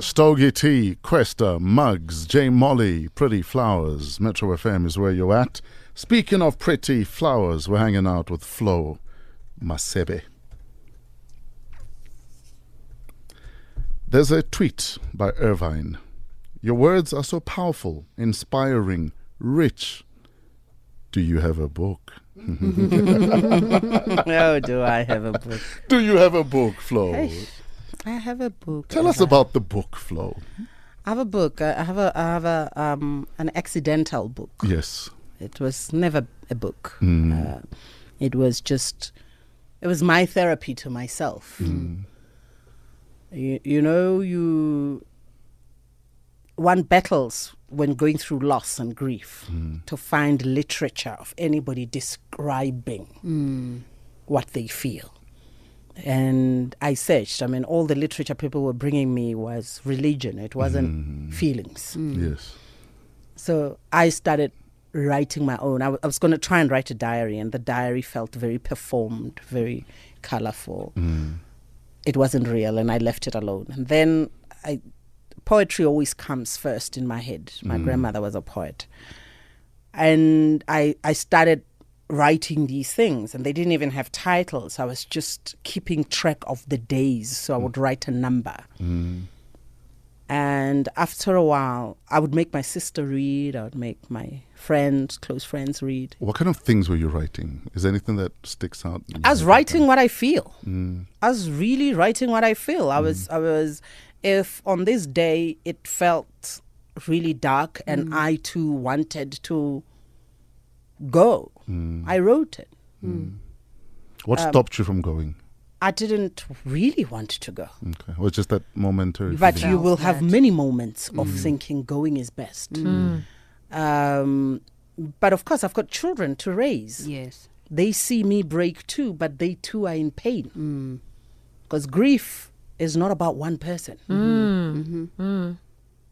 Speaker 1: Stogie T, Questa, Mugs, J Molly, Pretty Flowers. Metro FM is where you're at. Speaking of pretty flowers, we're hanging out with Flo Masebe. There's a tweet by Irvine. Your words are so powerful, inspiring, rich. Do you have a book?
Speaker 2: oh, do I have a book?
Speaker 1: Do you have a book, Flo?
Speaker 2: I have a book.
Speaker 1: Tell us
Speaker 2: I-
Speaker 1: about the book, Flo.
Speaker 2: I have a book. I I have a I have a um an accidental book.
Speaker 1: Yes.
Speaker 2: It was never a book. Uh, it was just, it was my therapy to myself. You, you know, you, one battles when going through loss and grief to find literature of anybody describing what they feel. And I searched. I mean, all the literature people were bringing me was religion. It wasn't feelings.
Speaker 1: Mm. Yes.
Speaker 2: So I started writing my own. I, w- I was going to try and write a diary, and the diary felt very performed, very colorful. It wasn't real, and I left it alone. And then I, poetry always comes first in my head. My grandmother was a poet. And I, I started writing these things, and they didn't even have titles. I was just keeping track of the days. So I would write a number. And after a while, I would make my sister read, I would make my friends, close friends read.
Speaker 1: What kind of things were you writing? Is there anything that sticks out? in
Speaker 2: I was
Speaker 1: your-
Speaker 2: writing what I feel. I was really writing what I feel. I was, I was, if on this day it felt really dark and I too wanted to go, I wrote it.
Speaker 1: What stopped you from going?
Speaker 2: I didn't really want to go.
Speaker 1: Okay. Or just that momentary.
Speaker 2: But
Speaker 1: feeling?
Speaker 2: you
Speaker 6: felt
Speaker 2: will have
Speaker 6: that.
Speaker 2: many moments of thinking going is best. Um, but of course, I've got children to raise.
Speaker 6: Yes.
Speaker 2: They see me break too, but they too are in pain. Because grief is not about one person. Mm-hmm.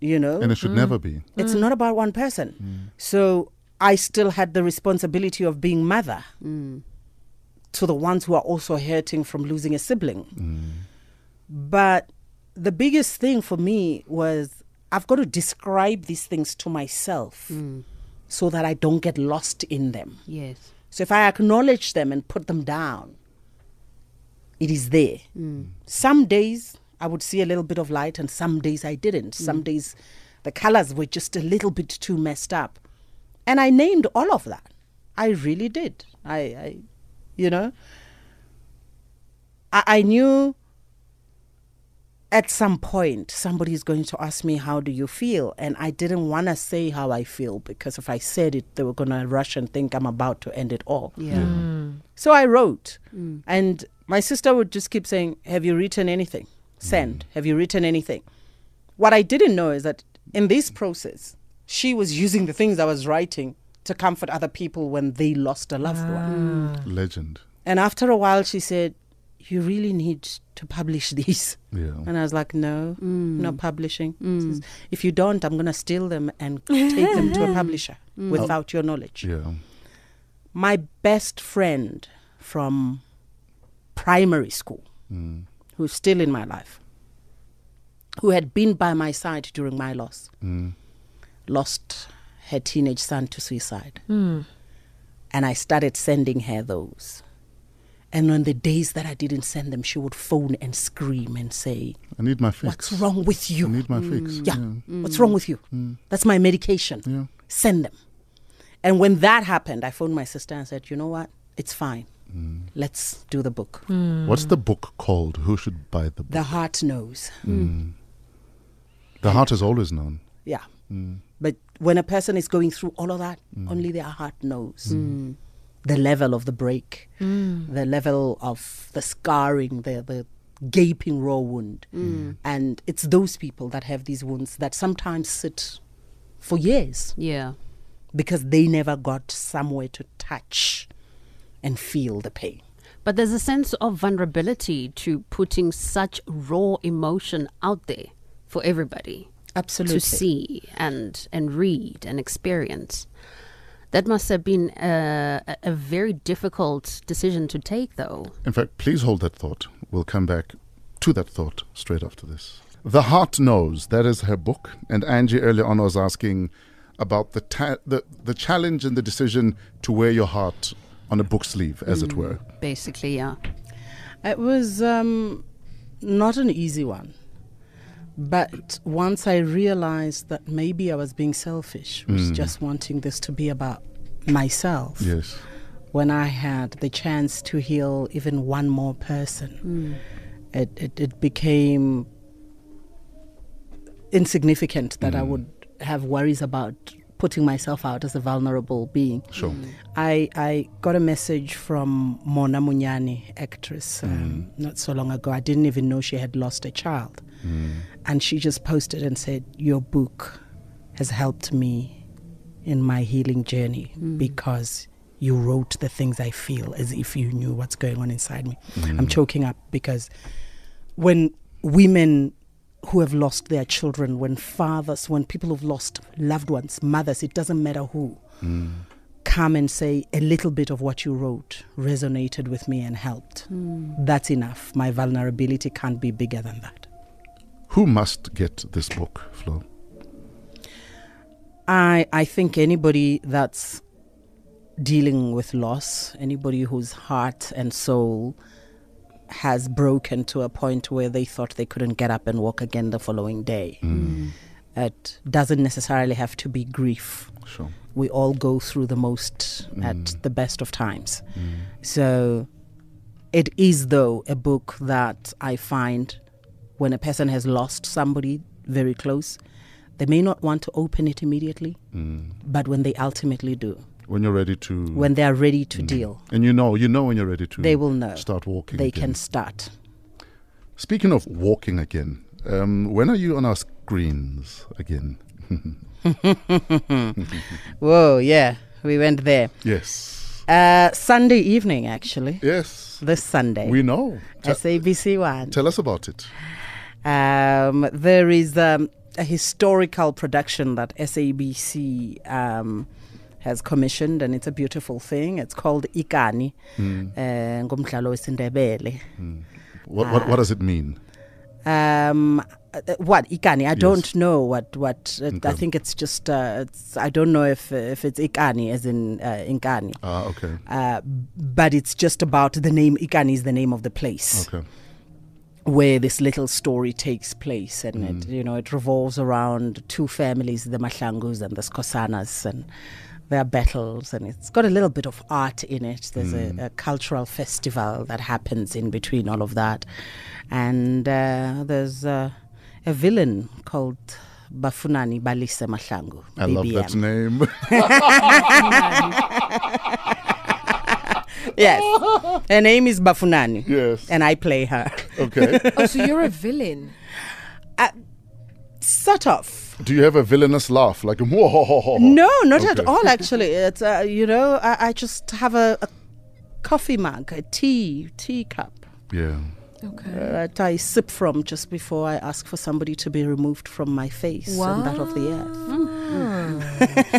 Speaker 2: You know?
Speaker 1: and it Mm. should never be.
Speaker 2: It's not about one person. So I still had the responsibility of being mother to the ones who are also hurting from losing a sibling.
Speaker 1: Mm.
Speaker 2: But the biggest thing for me was I've got to describe these things to myself so that I don't get lost in them.
Speaker 6: Yes.
Speaker 2: So if I acknowledge them and put them down, it is there. Some days I would see a little bit of light, and some days I didn't. Some days the colors were just a little bit too messed up. And I named all of that. I really did. I, I you know, I, I knew at some point somebody's going to ask me how do you feel and i didn't want to say how i feel because if i said it they were going to rush and think i'm about to end it all
Speaker 6: Yeah.
Speaker 2: so i wrote and my sister would just keep saying have you written anything send have you written anything what i didn't know is that in this process she was using the things i was writing to comfort other people when they lost a loved one
Speaker 1: Ah. Legend.
Speaker 2: and after a while she said you really need to publish these
Speaker 1: Yeah.
Speaker 2: and I was like, no, not publishing. Says, If you don't, I'm going to steal them and take them to a publisher without your knowledge.
Speaker 1: yeah.
Speaker 2: My best friend from primary school,
Speaker 1: Mm.
Speaker 2: who's still in my life, who had been by my side during my loss,
Speaker 1: Mm.
Speaker 2: lost her teenage son to suicide. And I started sending her those. And on the days that I didn't send them, she would phone and scream and say,
Speaker 1: I need my fix.
Speaker 2: What's wrong with you?
Speaker 1: I need my fix.
Speaker 2: Yeah. What's wrong with you? That's my medication.
Speaker 1: Yeah.
Speaker 2: Send them. And when that happened, I phoned my sister and said, you know what? It's fine. Let's do the book.
Speaker 1: What's the book called? Who should buy the book?
Speaker 2: The heart knows.
Speaker 1: the heart has always known.
Speaker 2: Yeah. But when a person is going through all of that, only their heart knows Mm. the level of the break, the level of the scarring, the, the gaping raw wound. And it's those people that have these wounds that sometimes sit for years
Speaker 6: Yeah.
Speaker 2: because they never got somewhere to touch and feel the pain.
Speaker 6: But there's a sense of vulnerability to putting such raw emotion out there for everybody
Speaker 2: Absolutely.
Speaker 6: to see and and read and experience. That must have been a, a- a very difficult decision to take, though.
Speaker 1: In fact, please hold that thought. We'll come back to that thought straight after this. The Heart Knows, that is her book. And Angie earlier on was asking about the, ta- the, the challenge and the decision to wear your heart on a book sleeve, as
Speaker 2: Mm.
Speaker 1: it were.
Speaker 6: Basically, yeah.
Speaker 2: It was um, not an easy one. But once I realized that maybe I was being selfish, was just wanting this to be about myself,
Speaker 1: Yes.
Speaker 2: when I had the chance to heal even one more person,
Speaker 6: Mm.
Speaker 2: it, it, it became insignificant that I would have worries about putting myself out as a vulnerable being.
Speaker 1: Sure.
Speaker 2: I, I got a message from Mona Munyani, actress, um, not so long ago. I didn't even know she had lost a child. And she just posted and said, Your book has helped me in my healing journey because you wrote the things I feel as if you knew what's going on inside me. I'm choking up because when women who have lost their children, when fathers, when people who've lost loved ones, mothers, it doesn't matter who, come and say a little bit of what you wrote resonated with me and helped. That's enough. My vulnerability can't be bigger than that.
Speaker 1: Who must get this book, Flo?
Speaker 2: I I think anybody that's dealing with loss, anybody whose heart and soul has broken to a point where they thought they couldn't get up and walk again the following day. It doesn't necessarily have to be grief.
Speaker 1: Sure.
Speaker 2: We all go through the most
Speaker 1: Mm.
Speaker 2: at the best of times. So it is though a book that I find when a person has lost somebody very close, they may not want to open it immediately,
Speaker 1: Mm.
Speaker 2: but when they ultimately do,
Speaker 1: When you're ready to.
Speaker 2: when they are ready to deal,
Speaker 1: and you know, you know when you're ready to.
Speaker 2: They will know.
Speaker 1: Mm. Start walking.
Speaker 2: they
Speaker 1: again.
Speaker 2: can start.
Speaker 1: Speaking of walking again, um, when are you on our screens again?
Speaker 2: Whoa, yeah, we went there.
Speaker 1: Yes.
Speaker 2: Uh, Sunday evening, actually,
Speaker 1: Yes.
Speaker 2: this Sunday,
Speaker 1: We know. Te-
Speaker 2: SABC One.
Speaker 1: tell us about it.
Speaker 2: Um, there is um, a historical production that SABC um, has commissioned, and it's a beautiful thing. It's called Ikani,
Speaker 1: Hmm.
Speaker 2: uh, ngomdlalo wesindebele.
Speaker 1: What, what, what does it mean?
Speaker 2: um uh, uh, what ikani i don't know what what uh, i
Speaker 1: Okay.
Speaker 2: think it's just uh, it's, i don't know if uh, if it's ikani as in uh, inkani
Speaker 1: Ah, okay.
Speaker 2: uh, but it's just about the name ikani is the name of the place
Speaker 1: Okay.
Speaker 2: where this little story takes place and
Speaker 1: Mm.
Speaker 2: it you know it revolves around two families the mahlangus and the skosanas and their battles and it's got a little bit of art in it there's
Speaker 1: Mm.
Speaker 2: a, a cultural festival that happens in between all of that and uh, there's uh, a villain called bafunani balise mahlangu
Speaker 1: I love that
Speaker 2: BBM.
Speaker 1: name.
Speaker 2: yes her name is bafunani
Speaker 1: yes.
Speaker 2: and i play her
Speaker 1: Okay.
Speaker 3: oh, so you're a villain.
Speaker 2: sort of
Speaker 1: Do you have a villainous laugh? Like, whoa, ho, ho, ho, ho.
Speaker 2: No, not at
Speaker 1: Okay.
Speaker 2: all. Actually, it's uh, you know I, I just have a, a coffee mug, a tea tea cup
Speaker 1: Yeah.
Speaker 3: Okay.
Speaker 2: that I sip from just before I ask for somebody to be removed from my face and that of the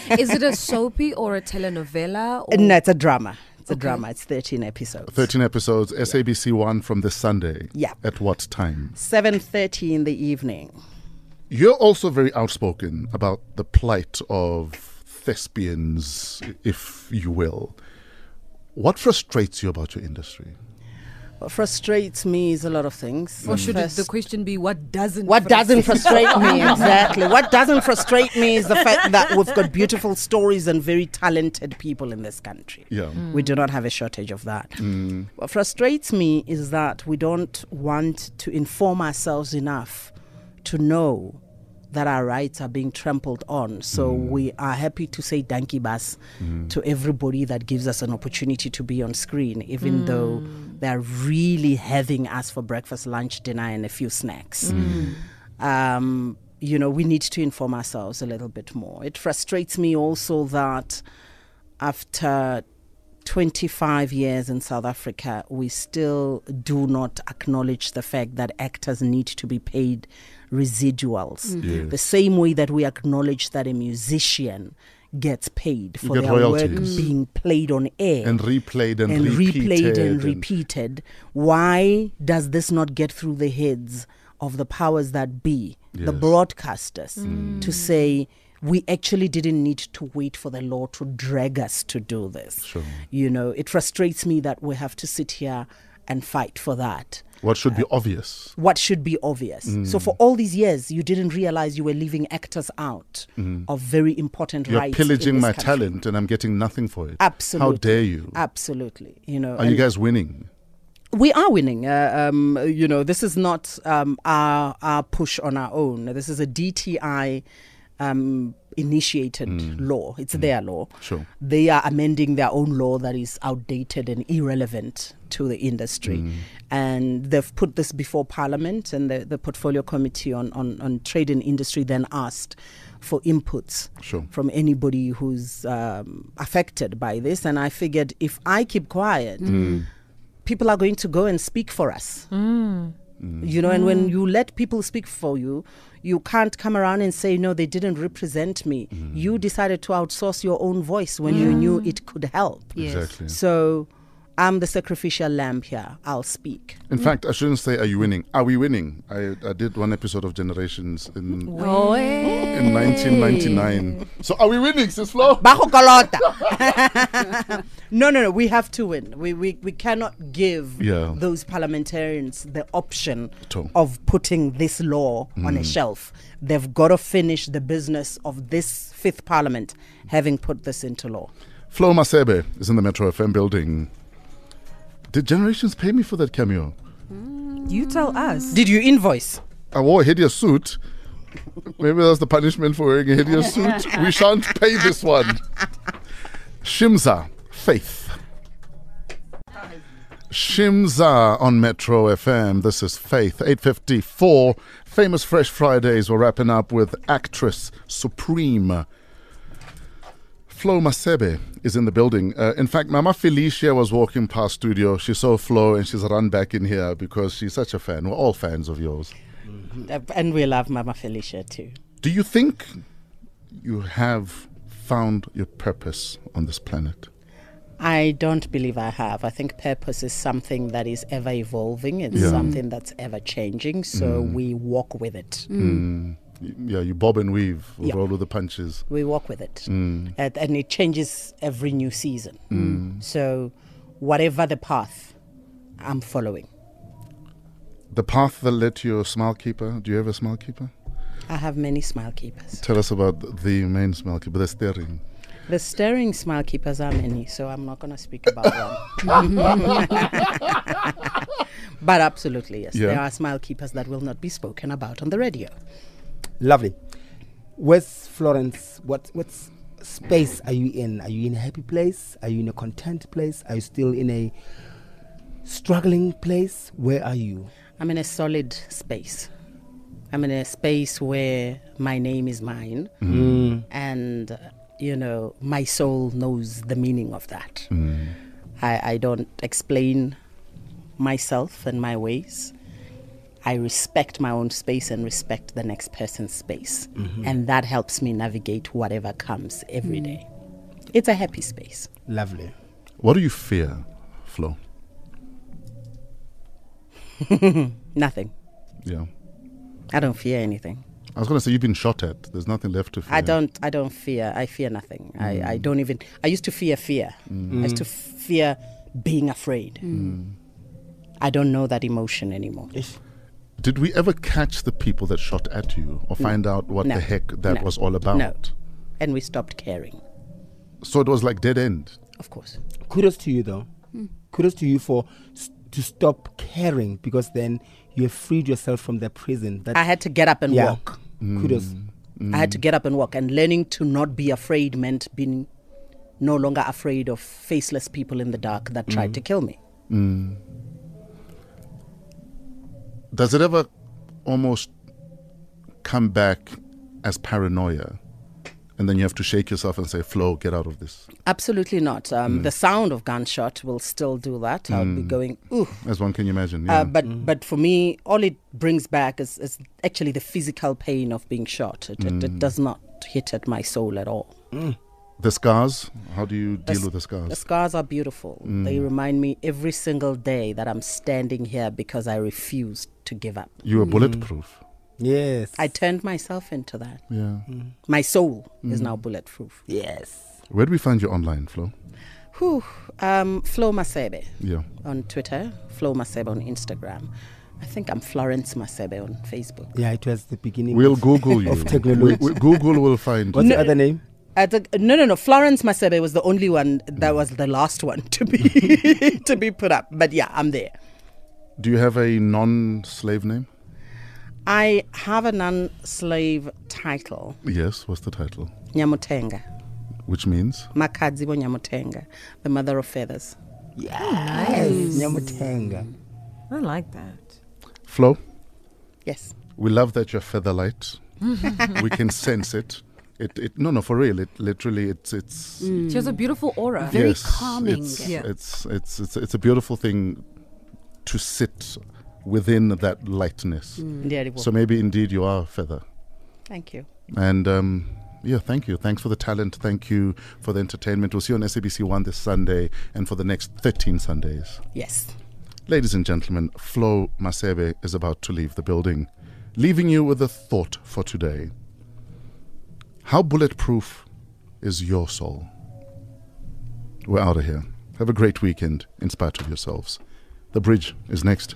Speaker 2: earth.
Speaker 3: Is it a soapy or a telenovela? Or
Speaker 2: No, it's a drama. It's a drama. It's thirteen episodes.
Speaker 1: 13 episodes, SABC 1 from this Sunday.
Speaker 2: Yeah.
Speaker 1: At what time?
Speaker 2: Seven thirty in the evening.
Speaker 1: You're also very outspoken about the plight of thespians, if you will. What frustrates you about your industry?
Speaker 2: What frustrates me is a lot of things.
Speaker 3: Or should it,
Speaker 2: First-
Speaker 3: the question be what doesn't?
Speaker 2: What
Speaker 3: frustrate
Speaker 2: doesn't frustrate me exactly? What doesn't frustrate me is the fact that we've got beautiful stories and very talented people in this country.
Speaker 1: Yeah.
Speaker 2: We do not have a shortage of that. What frustrates me is that we don't want to inform ourselves enough to know that our rights are being trampled on. So we are happy to say danki bas to everybody that gives us an opportunity to be on screen, even though they're really having us for breakfast, lunch, dinner, and a few snacks. Um, you know, we need to inform ourselves a little bit more. It frustrates me also that after 25 years in South Africa, we still do not acknowledge the fact that actors need to be paid residuals.
Speaker 1: Yes.
Speaker 2: The same way that we acknowledge that a musician gets paid for
Speaker 1: get
Speaker 2: their
Speaker 1: royalties.
Speaker 2: work being played on air
Speaker 1: And replayed and,
Speaker 2: and replayed
Speaker 1: repeated
Speaker 2: and repeated. Why does this not get through the heads of the powers that be, the
Speaker 1: Yes. Mm.
Speaker 2: broadcasters, to say we actually didn't need to wait for the law to drag us to do this?
Speaker 1: Sure.
Speaker 2: You know, it frustrates me that we have to sit here and fight for that.
Speaker 1: What should be obvious?
Speaker 2: What should be obvious.
Speaker 1: Mm.
Speaker 2: So, for all these years, you didn't realize you were leaving actors out of very important
Speaker 1: Mm. You're
Speaker 2: rights. in
Speaker 1: pillaging
Speaker 2: this
Speaker 1: my
Speaker 2: country.
Speaker 1: talent and I'm getting nothing for it.
Speaker 2: Absolutely.
Speaker 1: How dare you?
Speaker 2: Absolutely. You know,
Speaker 1: Are you
Speaker 2: and-
Speaker 1: guys winning?
Speaker 2: we are winning. Uh, um, you know, this is not um, our, our push on our own. This is a DTI um, initiated law. It's their law.
Speaker 1: Sure.
Speaker 2: They are amending their own law that is outdated and irrelevant to the industry. And they've put this before Parliament and the, the Portfolio Committee on, on, on Trade and Industry then asked for inputs
Speaker 1: Sure.
Speaker 2: from anybody who's um, affected by this. And I figured if I keep quiet, people are going to go and speak for us. You know, and
Speaker 1: Mm.
Speaker 2: when you let people speak for you, you can't come around and say, no, they didn't represent me.
Speaker 1: Mm.
Speaker 2: You decided to outsource your own voice when you knew it could help.
Speaker 6: Yes.
Speaker 1: Exactly.
Speaker 2: Mm. So I'm the sacrificial lamb here. I'll speak.
Speaker 1: In fact, I shouldn't say are you winning? Are we winning? I, I did one episode of Generations in
Speaker 6: Oh,
Speaker 3: eh.
Speaker 1: in 1999. So are we winning, Sis Flo?
Speaker 2: Bajo kolota. no, no, no. We have to win. We we, we cannot give
Speaker 1: Yeah.
Speaker 2: those parliamentarians the option
Speaker 1: To. Mm.
Speaker 2: of putting this law on a shelf. They've got to finish the business of this fifth parliament having put this into law.
Speaker 1: Flo Masebe is in the Metro FM building. Did Generations pay me for that cameo?
Speaker 3: You tell us.
Speaker 2: Did you invoice?
Speaker 1: I wore a hideous suit. Maybe that's the punishment for wearing a hideous suit. We shan't pay this one. Shimza, Faith. Shimza on Metro FM. This is Faith, 854. Famous Fresh Fridays. We're wrapping up with actress Supreme. Flo Masebe is in the building. Uh, in fact, Mama Felicia was walking past studio. She saw Flo and she's run back in here because she's such a fan. We're all fans of yours.
Speaker 2: Uh, And we love Mama Felicia too.
Speaker 1: Do you think you have found your purpose on this planet?
Speaker 2: I don't believe I have. I think purpose is something that is ever evolving. It's
Speaker 1: Yeah.
Speaker 2: something that's ever changing. So we walk with it.
Speaker 1: Mm. Y- Mm. Yeah, you bob and weave,
Speaker 2: Mm. Yeah.
Speaker 1: roll with the punches.
Speaker 2: we walk with it and, and it changes every new season so whatever the path i'm following
Speaker 1: The path that led to your smile keeper. Do you have a smile keeper?
Speaker 2: i have many smile keepers
Speaker 1: Tell us about th- the main smile keeper, the steering.
Speaker 2: the stirring smile keepers are many so i'm not going to speak about one but absolutely yes there
Speaker 1: Yeah.
Speaker 2: are smile keepers that will not be spoken about on the radio
Speaker 4: Lovely. Where's Florence? What what s- space are you in? Are you in a happy place? Are you in a content place? Are you still in a struggling place? Where are you?
Speaker 2: i'm in a solid space i'm in a space where my name is mine and uh, you know my soul knows the meaning of that I, I don't explain myself and my ways i respect my own space and respect the next person's space and that helps me navigate whatever comes every day. it's a happy space
Speaker 4: Lovely.
Speaker 1: What do you fear, Flo?
Speaker 2: nothing
Speaker 1: Yeah.
Speaker 2: i don't fear anything
Speaker 1: I was going to say you've been shot at. There's nothing left to fear.
Speaker 2: I don't. I don't fear. I fear nothing. I,
Speaker 1: Mm.
Speaker 2: I don't even. I used to fear fear. I used to fear being afraid.
Speaker 1: Mm.
Speaker 2: I don't know that emotion anymore.
Speaker 1: Did we ever catch the people that shot at you or find out what
Speaker 2: No.
Speaker 1: the heck that
Speaker 2: No.
Speaker 1: was all about?
Speaker 2: No. And we stopped caring.
Speaker 1: So it was like dead end.
Speaker 2: Of course.
Speaker 4: Kudos to you though.
Speaker 2: Hmm.
Speaker 4: Kudos to you for s- to stop caring because then you have freed yourself from the prison that
Speaker 2: I had to get up and
Speaker 4: Yeah.
Speaker 2: walk.
Speaker 4: Kudos.
Speaker 2: I
Speaker 1: Mm.
Speaker 2: had to get up and walk. And learning to not be afraid meant being no longer afraid of faceless people in the dark that tried
Speaker 1: Mm.
Speaker 2: to kill me.
Speaker 1: Does it ever almost come back as paranoia? And then you have to shake yourself and say, Flo, get out of this.
Speaker 2: Absolutely not.
Speaker 1: Mm.
Speaker 2: Um, The sound of gunshot will still do that. I would be going, ooh.
Speaker 1: As one can imagine. Yeah.
Speaker 2: Uh,
Speaker 4: Um,
Speaker 2: but but for me, all it brings back is, is actually the physical pain of being shot. It, it, it does not hit at my soul at all.
Speaker 1: the scars, how do you deal
Speaker 2: s-
Speaker 1: with the scars?
Speaker 2: The scars are beautiful. They remind me every single day that I'm standing here because I refused to give up.
Speaker 1: you were
Speaker 4: mm.
Speaker 1: bulletproof.
Speaker 4: Yes.
Speaker 2: I turned myself into that.
Speaker 1: Yeah.
Speaker 4: Mm.
Speaker 2: My soul is now bulletproof.
Speaker 4: yes.
Speaker 1: Where do we find you online, Flo?
Speaker 2: Whew. Um, Flo Masebe
Speaker 1: Yeah.
Speaker 2: on Twitter, Flo Masebe on Instagram. I think I'm Florence Masebe on Facebook.
Speaker 4: Yeah, it was the beginning.
Speaker 1: We'll
Speaker 4: of-
Speaker 1: Google you.
Speaker 4: Of technology.
Speaker 1: We- we- Google will find
Speaker 4: What's
Speaker 1: you.
Speaker 4: the other name?
Speaker 2: I think, no, no, no. Florence Masebe was the only one that was the last one to be to be put up. But yeah, I'm there.
Speaker 1: Do you have a non slave name?
Speaker 2: I have a non-slave title,
Speaker 1: Yes. What's the title?
Speaker 2: Nyamutenga.
Speaker 1: Which means?
Speaker 2: Makadzi bo Nyamutenga, the mother of feathers.
Speaker 4: Yes. Nyamutenga.
Speaker 3: I like that.
Speaker 1: Flo,
Speaker 2: Yes.
Speaker 1: we love that you're featherlight. we can sense it. It, it. No, no, for real. It literally, it's, it's,
Speaker 3: She has a beautiful aura.
Speaker 6: Very calming.
Speaker 1: It's,
Speaker 3: Mm. Yeah.
Speaker 1: it's, it's, it's, it's a beautiful thing to sit within that lightness.
Speaker 2: Mm. Ndiyalibonga.
Speaker 1: So maybe indeed you are a feather.
Speaker 2: Thank you.
Speaker 1: And um, yeah, thank you. Thanks for the talent. Thank you for the entertainment. We'll see you on SABC One this Sunday and for the next 13 Sundays.
Speaker 2: Yes.
Speaker 1: Ladies and gentlemen, Flo Masebe is about to leave the building, leaving you with a thought for today. How bulletproof is your soul? We're out of here. Have a great weekend in spite of yourselves. The bridge is next.